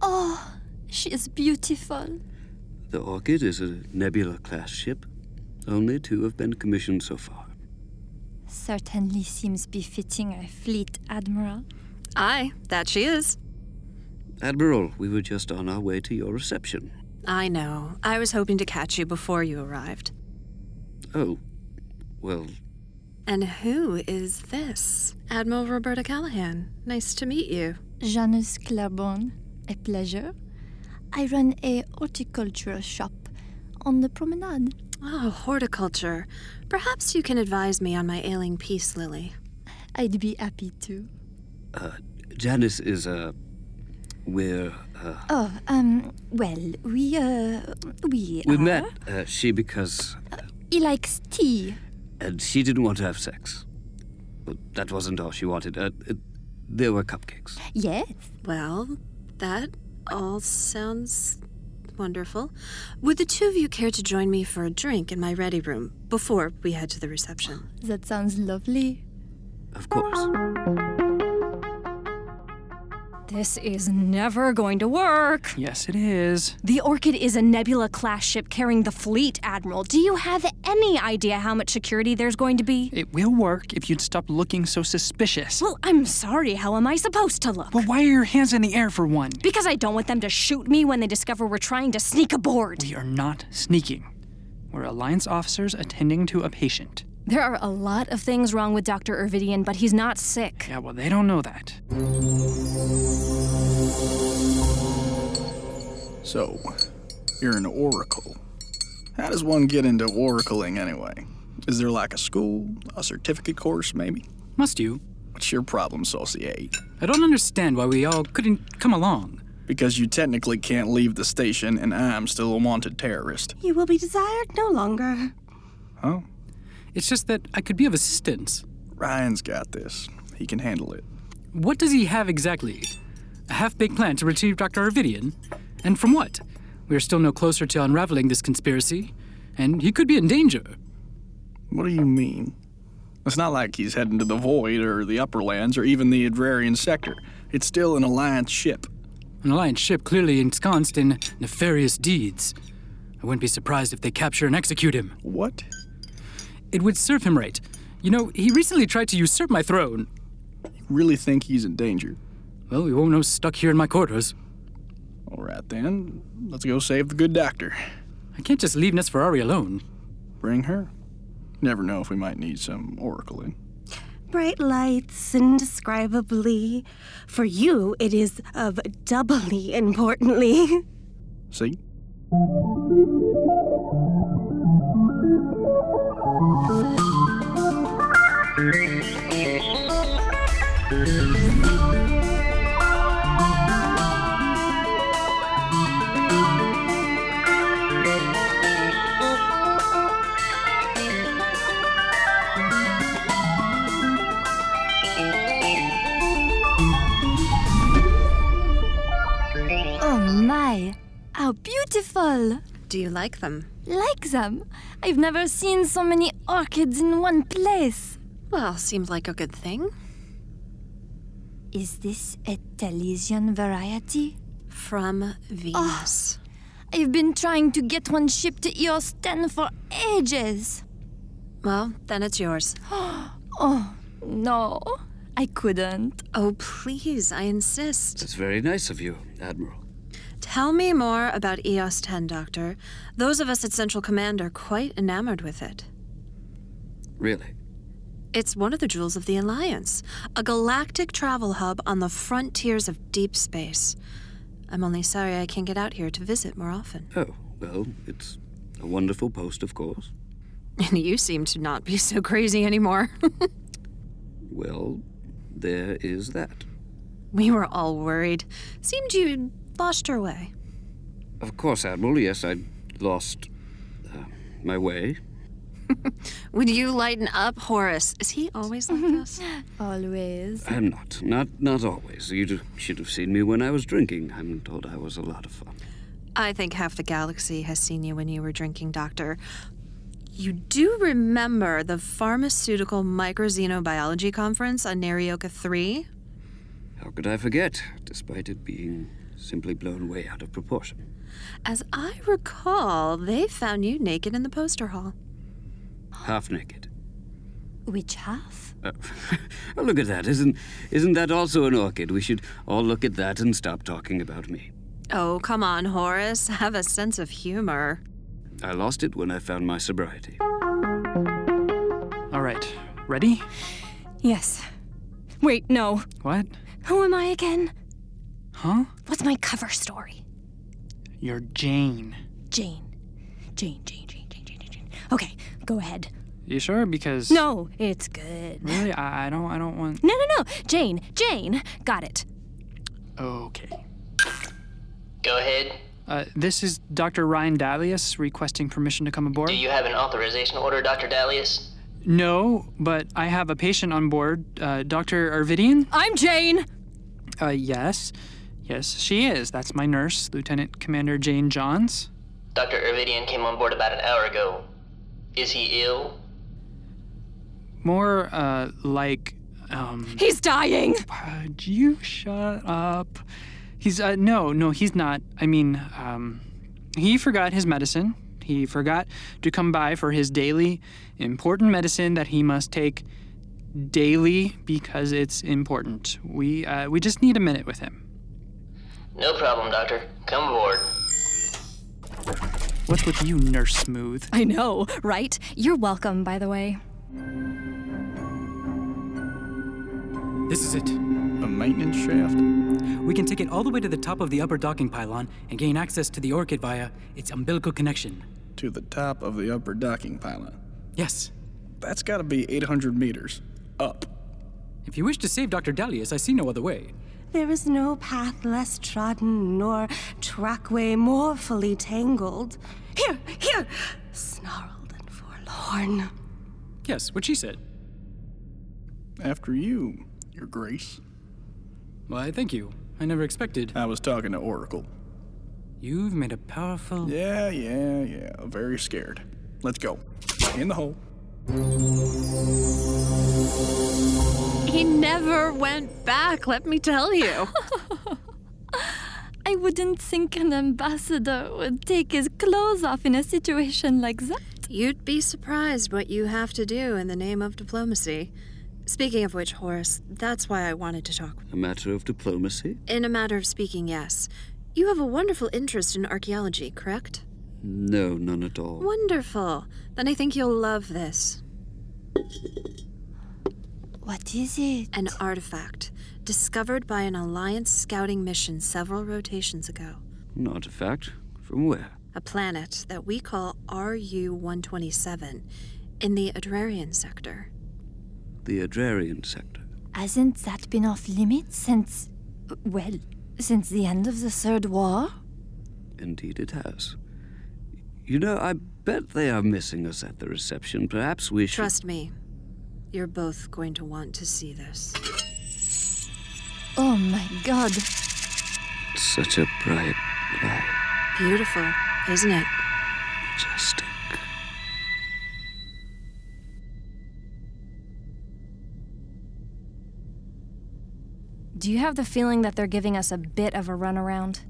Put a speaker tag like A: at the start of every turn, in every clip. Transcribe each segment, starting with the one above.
A: Oh, she is beautiful.
B: The Orchid is a Nebula class ship. Only two have been commissioned so far.
A: Certainly seems befitting a fleet admiral.
C: Aye, that she is.
B: Admiral, we were just on our way to your reception.
C: I know. I was hoping to catch you before you arrived.
B: Oh, well,
C: And who is this? Admiral Roberta Callahan. Nice to meet you.
A: Janus Clabon, a pleasure. I run a horticultural shop on the promenade.
C: Oh, horticulture. Perhaps you can advise me on my ailing peace lily.
A: I'd be happy to.
B: uh, Janice is Uh, we're. Uh,
A: Oh, um, well, we, uh, we
B: we
A: are-
B: met uh, she because.
A: He likes tea.
B: And she didn't want to have sex. But that wasn't all she wanted. Uh, uh, there were cupcakes.
A: Yes.
C: Well, that all sounds wonderful. Would the two of you care to join me for a drink in my ready room before we head to the reception?
A: That sounds lovely.
B: Of course.
D: This is never going to work.
E: Yes, it is.
D: The Orchid is a Nebula class ship carrying the fleet, Admiral. Do you have any idea how much security there's going to be?
E: It will work if you'd stop looking so suspicious.
D: Well, I'm sorry. How am I supposed to look?
E: Well, why are your hands in the air for one?
D: Because I don't want them to shoot me when they discover we're trying to sneak aboard.
E: We are not sneaking. We're alliance officers attending to a patient.
D: There are a lot of things wrong with Dr. Ervidian, but he's not sick.
E: Yeah, well, they don't know that.
F: So, you're an oracle. How does one get into oracling anyway? Is there like a school, a certificate course, maybe?
E: Must you?
F: What's your problem, Saucier?
E: I don't understand why we all couldn't come along.
F: Because you technically can't leave the station and I'm still a wanted terrorist.
G: You will be desired no longer.
F: Huh?
E: It's just that I could be of assistance.
F: Ryan's got this. He can handle it.
E: What does he have exactly? A half baked plan to retrieve Dr. Arvidian? And from what? We are still no closer to unraveling this conspiracy, and he could be in danger.
F: What do you mean? It's not like he's heading to the Void or the Upperlands or even the Adrarian sector. It's still an Alliance ship.
E: An Alliance ship clearly ensconced in nefarious deeds. I wouldn't be surprised if they capture and execute him.
F: What?
E: It would serve him right. You know, he recently tried to usurp my throne.
F: You really think he's in danger?
E: Well, we won't know stuck here in my quarters.
F: All right then, let's go save the good doctor.
E: I can't just leave Nesferari alone.
F: Bring her. Never know if we might need some oracle in.
G: Bright lights, indescribably. For you, it is of doubly importantly.
F: See?
A: Oh my, how beautiful!
C: Do you like them?
A: Like them. I've never seen so many orchids in one place.
C: Well, seems like a good thing.
A: Is this a Talesian variety?
C: From Venus.
A: I've been trying to get one shipped to E Eos 10 for ages.
C: Well, then it's yours.
A: Oh, no, I couldn't.
C: Oh, please, I insist.
B: That's very nice of you, Admiral.
C: Tell me more about E EOS 10, Doctor. Those of us at Central Command are quite enamored with it.
B: Really.
C: It's one of the jewels of the Alliance, a galactic travel hub on the frontiers of deep space. I'm only sorry I can't get out here to visit more often.
B: Oh, well, it's a wonderful post, of course.
C: And you seem to not be so crazy anymore.
B: Well, there is that.
C: we were all worried. Seemed you lost your way.
B: Of course, Admiral, yes, I lost uh, my way.
C: Would you lighten up, Horace? Is he always like this?
A: Always.
B: I'm not. Not not always. You d- should have seen me when I was drinking. I'm told I was a lot of fun.
C: I think half the galaxy has seen you when you were drinking, Doctor. You do remember the pharmaceutical microxenobiology conference on Narioca 3?
B: I How could I forget, despite it being simply blown way out of proportion?
C: As I recall, they found you naked in the poster hall.
B: Half naked.
A: Which half?
B: Uh, oh, look at that. Isn't, isn't that also an orchid? We should all look at that and stop talking about me.
C: Oh, come on, Horace. Have a sense of humor.
B: I lost it when I found my sobriety.
E: All right, ready?
D: Yes. Wait, no.
E: What?
D: Who am I again?
E: Huh?
D: What's my cover story?
E: You're Jane.
D: Jane. Jane, Jane, Jane, Jane, Jane, Jane, Jane. Okay, go ahead.
E: You sure? Because
D: No, it's good.
E: really, I, I don't. I don't want.
D: No, no, no. Jane, Jane. Got it.
E: Okay.
H: Go ahead.
E: Uh, this is Dr. Ryan Dalius requesting permission to come aboard.
H: Do you have an authorization order, Dr. Dalius?
E: No, but I have a patient on board, uh, Dr. Arvidian.
D: I'm Jane.
E: Uh, yes, yes, she is. That's my nurse, Lieutenant Commander Jane Johns.
H: Dr. Ervidian came on board about an hour ago. Is he ill?
E: More uh, like, um,
D: He's dying.
E: would you shut up? He's uh, no, no, he's not. I mean, um, he forgot his medicine. He forgot to come by for his daily important medicine that he must take daily because it's important. We uh, we just need a minute with him.
H: No problem, Doctor. Come aboard.
E: What's with you, Nurse Smooth?
D: I know, right? You're welcome, by the way.
I: This is it.
F: A maintenance shaft?
I: We can take it all the way to the top of the upper docking pylon and gain access to the orchid via its umbilical connection.
F: To the top of the upper docking pylon.
I: Yes.
F: That's gotta be 800 meters. Up.
I: If you wish to save Dr. Dalius, I see no other way.
G: There is no path less trodden, nor trackway more fully tangled. Here, here! Snarled and forlorn.
I: Yes, what she said.
F: After you, Your Grace.
I: Why, thank you. I never expected.
F: I was talking to Oracle.
I: You've made a powerful.
F: Yeah, yeah, yeah. Very scared. Let's go. In the hole.
C: He never went back, let me tell you.
A: I wouldn't think an ambassador would take his clothes off in a situation like that.
C: You'd be surprised what you have to do in the name of diplomacy. Speaking of which, Horace, that's why I wanted to talk.
B: A matter of diplomacy?
C: In a matter of speaking, yes. You have a wonderful interest in archaeology, correct?
B: No, none at all.
C: Wonderful. Then I think you'll love this.
A: What is it?
C: An artifact discovered by an Alliance scouting mission several rotations ago.
B: An artifact? From where?
C: A planet that we call RU 127 in the Adrarian sector.
B: The Adrarian sector.
A: Hasn't that been off limits since. well, since the end of the Third War?
B: Indeed, it has. You know, I bet they are missing us at the reception. Perhaps we should.
C: Trust me, you're both going to want to see this.
A: Oh my god.
B: Such a bright light.
C: Beautiful, isn't it?
B: Majestic.
D: Do you have the feeling that they're giving us a bit of a runaround?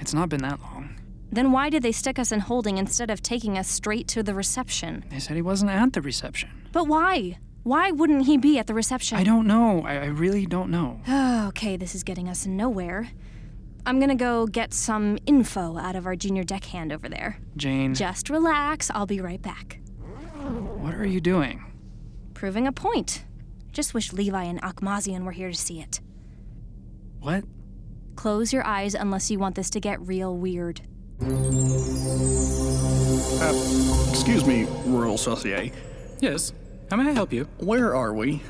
E: It's not been that long.
D: Then why did they stick us in holding instead of taking us straight to the reception?
E: They said he wasn't at the reception.
D: But why? Why wouldn't he be at the reception?
E: I don't know. I, I really don't know.
D: Oh, okay, this is getting us nowhere. I'm gonna go get some info out of our junior deckhand over there.
E: Jane,
D: Just relax, I'll be right back.
E: what are you doing?
D: Proving a point. Just wish Levi and Akmazian were here to see it.
E: What?
D: Close your eyes unless you want this to get real weird.
F: Uh, excuse me, Royal Saucier.
I: Yes. How may I help you?
F: Where are we?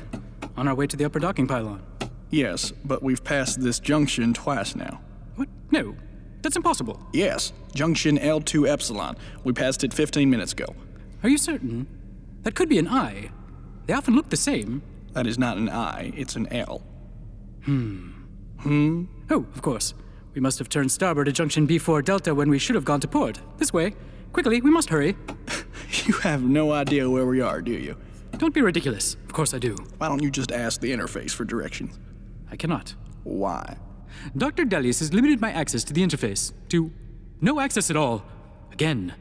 I: On our way to the upper docking pylon.
F: Yes, but we've passed this junction twice now.
I: What? No. That's impossible.
F: Yes, junction L2 Epsilon. We passed it 15 minutes ago.
I: Are you certain? That could be an eye. They often look the same.
F: That is not an I, it's an L.
I: Oh, of course. We must have turned starboard at junction B4 Delta when we should have gone to port. This way. Quickly, we must hurry.
F: You have no idea where we are, do you?
I: Don't be ridiculous. Of course I do.
F: Why don't you just ask the interface for directions?
I: I cannot.
F: Why?
I: Dr. Delius has limited my access to the interface to no access at all. Again,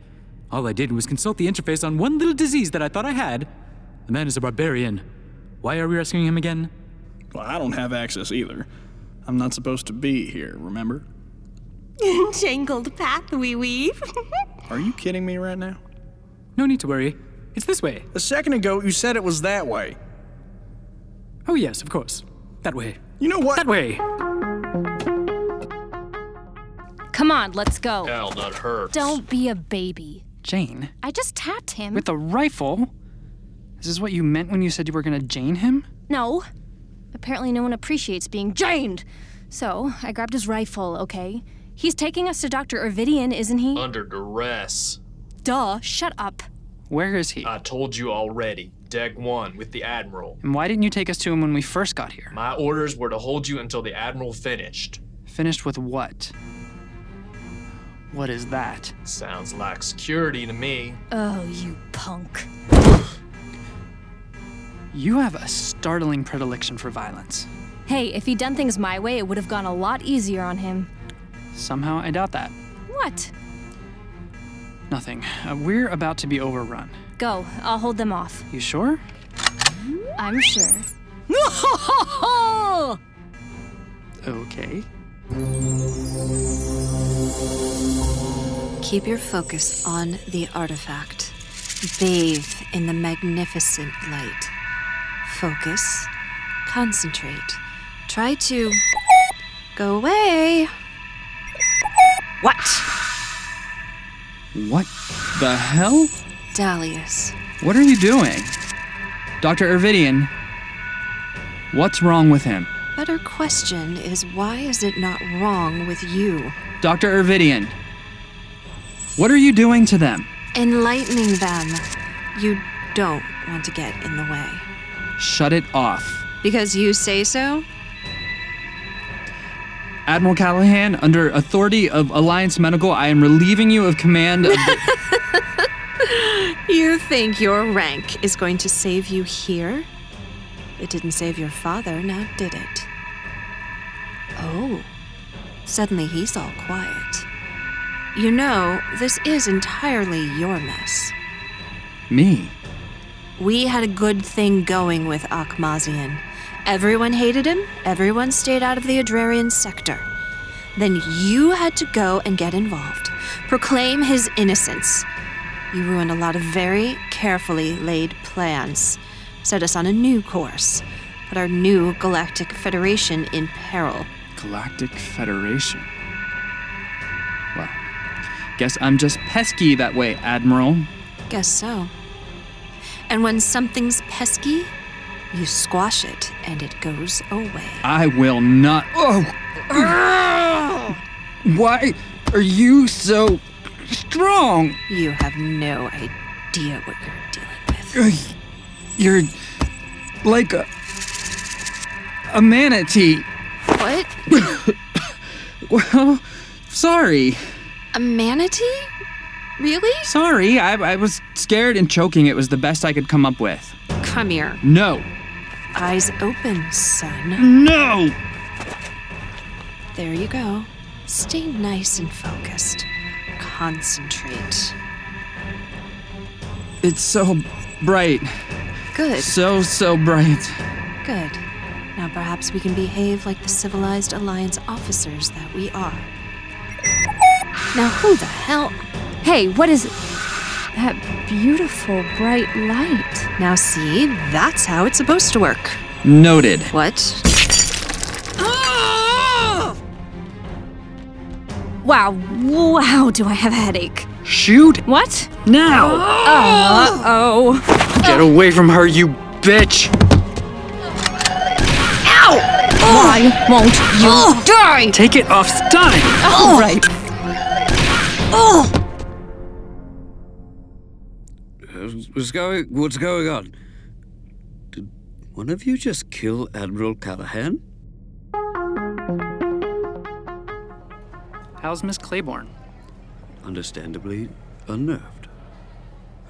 I: all I did was consult the interface on one little disease that I thought I had. The man is a barbarian. Why are we rescuing him again?
F: Well, I don't have access either. I'm not supposed to be here, remember?
G: Jangled path we weave.
F: Are you kidding me right now?
I: No need to worry. It's this way.
F: A second ago, you said it was that way.
I: Oh, yes, of course. That way.
F: You know what?
I: That way!
D: Come on, let's go.
J: Ow, that hurts.
D: Don't be a baby.
E: Jane,
D: I just tapped him.
E: with a rifle? Is this what you meant when you said you were gonna Jane him?
D: No. Apparently, no one appreciates being janed. So, I grabbed his rifle, okay? He's taking us to Dr. Ervidian, isn't he?
J: Under duress.
D: Duh, shut up.
E: Where is he?
J: I told you already. Deck one with the Admiral.
E: and why didn't you take us to him when we first got here?
J: My orders were to hold you until the Admiral finished.
E: Finished with what? What is that?
J: Sounds like security to me.
D: Oh, you punk.
E: You have a startling predilection for violence.
D: Hey, if he'd done things my way, it would have gone a lot easier on him.
E: Somehow I doubt that.
D: What?
E: Nothing. Uh, we're about to be overrun.
D: Go, I'll hold them off.
E: You sure?
D: I'm sure.
E: Okay.
C: Keep your focus on the artifact. Bathe in the magnificent light. Focus. Concentrate. Try to. Go away! What?
E: What the hell?
C: Dalius.
E: What are you doing? Dr. Ervidian, what's wrong with him?
C: Better question is why is it not wrong with you?
E: Dr. Ervidian, what are you doing to them?
C: Enlightening them. You don't want to get in the way.
E: Shut it off.
C: Because you say so?
E: Admiral Callahan, under authority of Alliance Medical, I am relieving you of command of the-
C: You think your rank is going to save you here? It didn't save your father, now did it? Oh. Suddenly he's all quiet. You know, this is entirely your mess.
E: me.
C: We had a good thing going with Akhmazian. Everyone hated him, everyone stayed out of the Adrarian sector. Then you had to go and get involved, proclaim his innocence. You ruined a lot of very carefully laid plans, set us on a new course, put our new Galactic Federation in peril.
E: Galactic Federation. Well, guess I'm just pesky that way, Admiral.
C: Guess so. And when something's pesky, you squash it and it goes away.
E: I will not. Oh! Why are you so strong?
C: You have no idea what you're dealing with.
E: You're like a, a manatee.
C: What?
E: Well, sorry.
C: A manatee? Really?
E: Sorry, I, I was scared and choking. It was the best I could come up with.
C: Come here.
E: No.
C: Eyes open, son.
E: No!
C: There you go. Stay nice and focused. Concentrate.
E: It's so bright.
C: Good,
E: So, so bright.
C: good. Now perhaps we can behave like the civilized Alliance officers that we are. Now, who the hell?
D: hey, what is. That beautiful bright light.
C: Now, see, that's how it's supposed to work.
E: Noted.
C: What?
D: Wow, wow, do I have a headache.
E: Shoot
D: What?
E: now!
D: Uh oh.
E: Get away from her, you bitch!
D: Why won't you die?
E: Take it off stunning!
D: All right.
B: Uh, What's going? What's going on? Did one of you just kill Admiral Callahan?
E: How's Miss Claiborne?
B: Understandably, unnerved.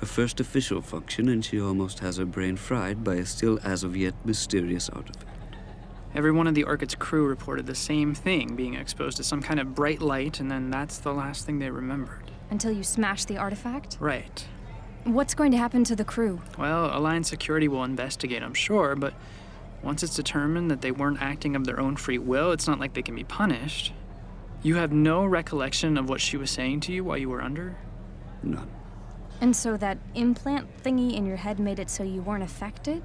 B: Her first official function, and she almost has her brain fried by a still as of yet mysterious artifact.
E: Every one of the Orchid's crew reported the same thing being exposed to some kind of bright light, and then that's the last thing they remembered.
D: Until you smash the artifact?
E: Right.
D: What's going to happen to the crew?
E: Well, Alliance Security will investigate, I'm sure, but once it's determined that they weren't acting of their own free will, it's not like they can be punished. You have no recollection of what she was saying to you while you were under?
B: None.
D: And so that implant thingy in your head made it so you weren't affected?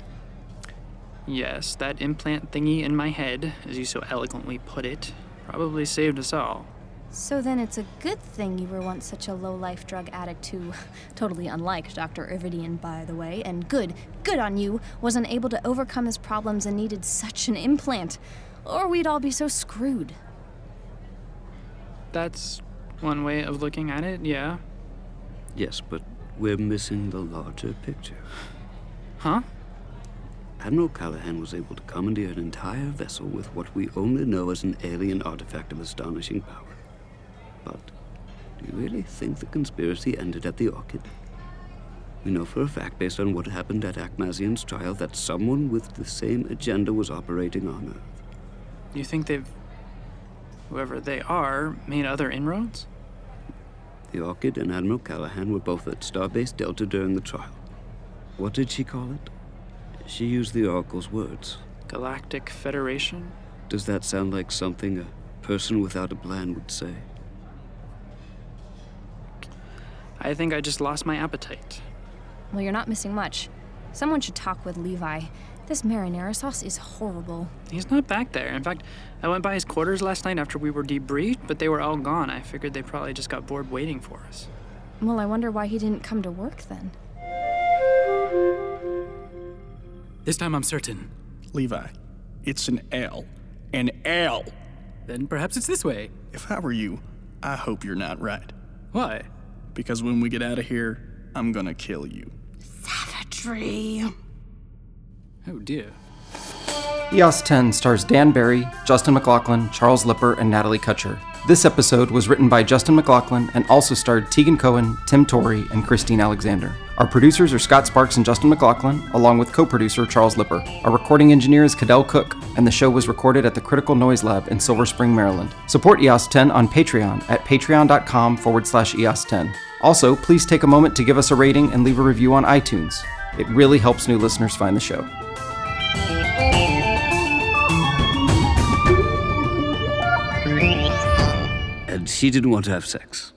E: Yes, that implant thingy in my head, as you so eloquently put it, probably saved us all.
D: So then it's a good thing you were once such a low life drug addict who, totally unlike Dr. Iridian, by the way, and good, good on you, was unable to overcome his problems and needed such an implant. Or we'd all be so screwed.
E: That's one way of looking at it, yeah.
B: Yes, but we're missing the larger picture.
E: Huh?
B: Admiral Callahan was able to commandeer an entire vessel with what we only know as an alien artifact of astonishing power. But do you really think the conspiracy ended at the Orchid? We know for a fact, based on what happened at Akmazian's trial, that someone with the same agenda was operating on Earth.
E: You think they've. whoever they are, made other inroads?
B: The Orchid and Admiral Callahan were both at Starbase Delta during the trial. What did she call it? She used the Oracle's words.
E: Galactic Federation?
B: Does that sound like something a person without a plan would say?
E: I think I just lost my appetite.
D: Well, you're not missing much. Someone should talk with Levi. This marinara sauce is horrible.
E: He's not back there. In fact, I went by his quarters last night after we were debriefed, but they were all gone. I figured they probably just got bored waiting for us.
D: Well, I wonder why he didn't come to work then.
I: This time I'm certain.
F: Levi, it's an L. An L!
I: Then perhaps it's this way.
F: If I were you, I hope you're not right.
I: Why?
F: Because when we get out of here, I'm gonna kill you.
G: Savagery.
I: Oh dear.
K: EOS 10 stars Dan Barry, Justin McLaughlin, Charles Lipper, and Natalie Kutcher. This episode was written by Justin McLaughlin and also starred Tegan Cohen, Tim Torrey, and Christine Alexander. Our producers are Scott Sparks and Justin McLaughlin, along with co producer Charles Lipper. Our recording engineer is Cadell Cook, and the show was recorded at the Critical Noise Lab in Silver Spring, Maryland. Support EOS 10 on Patreon at patreon.com forward slash EOS 10. Also, please take a moment to give us a rating and leave a review on iTunes. It really helps new listeners find the show.
B: And she didn't want to have sex.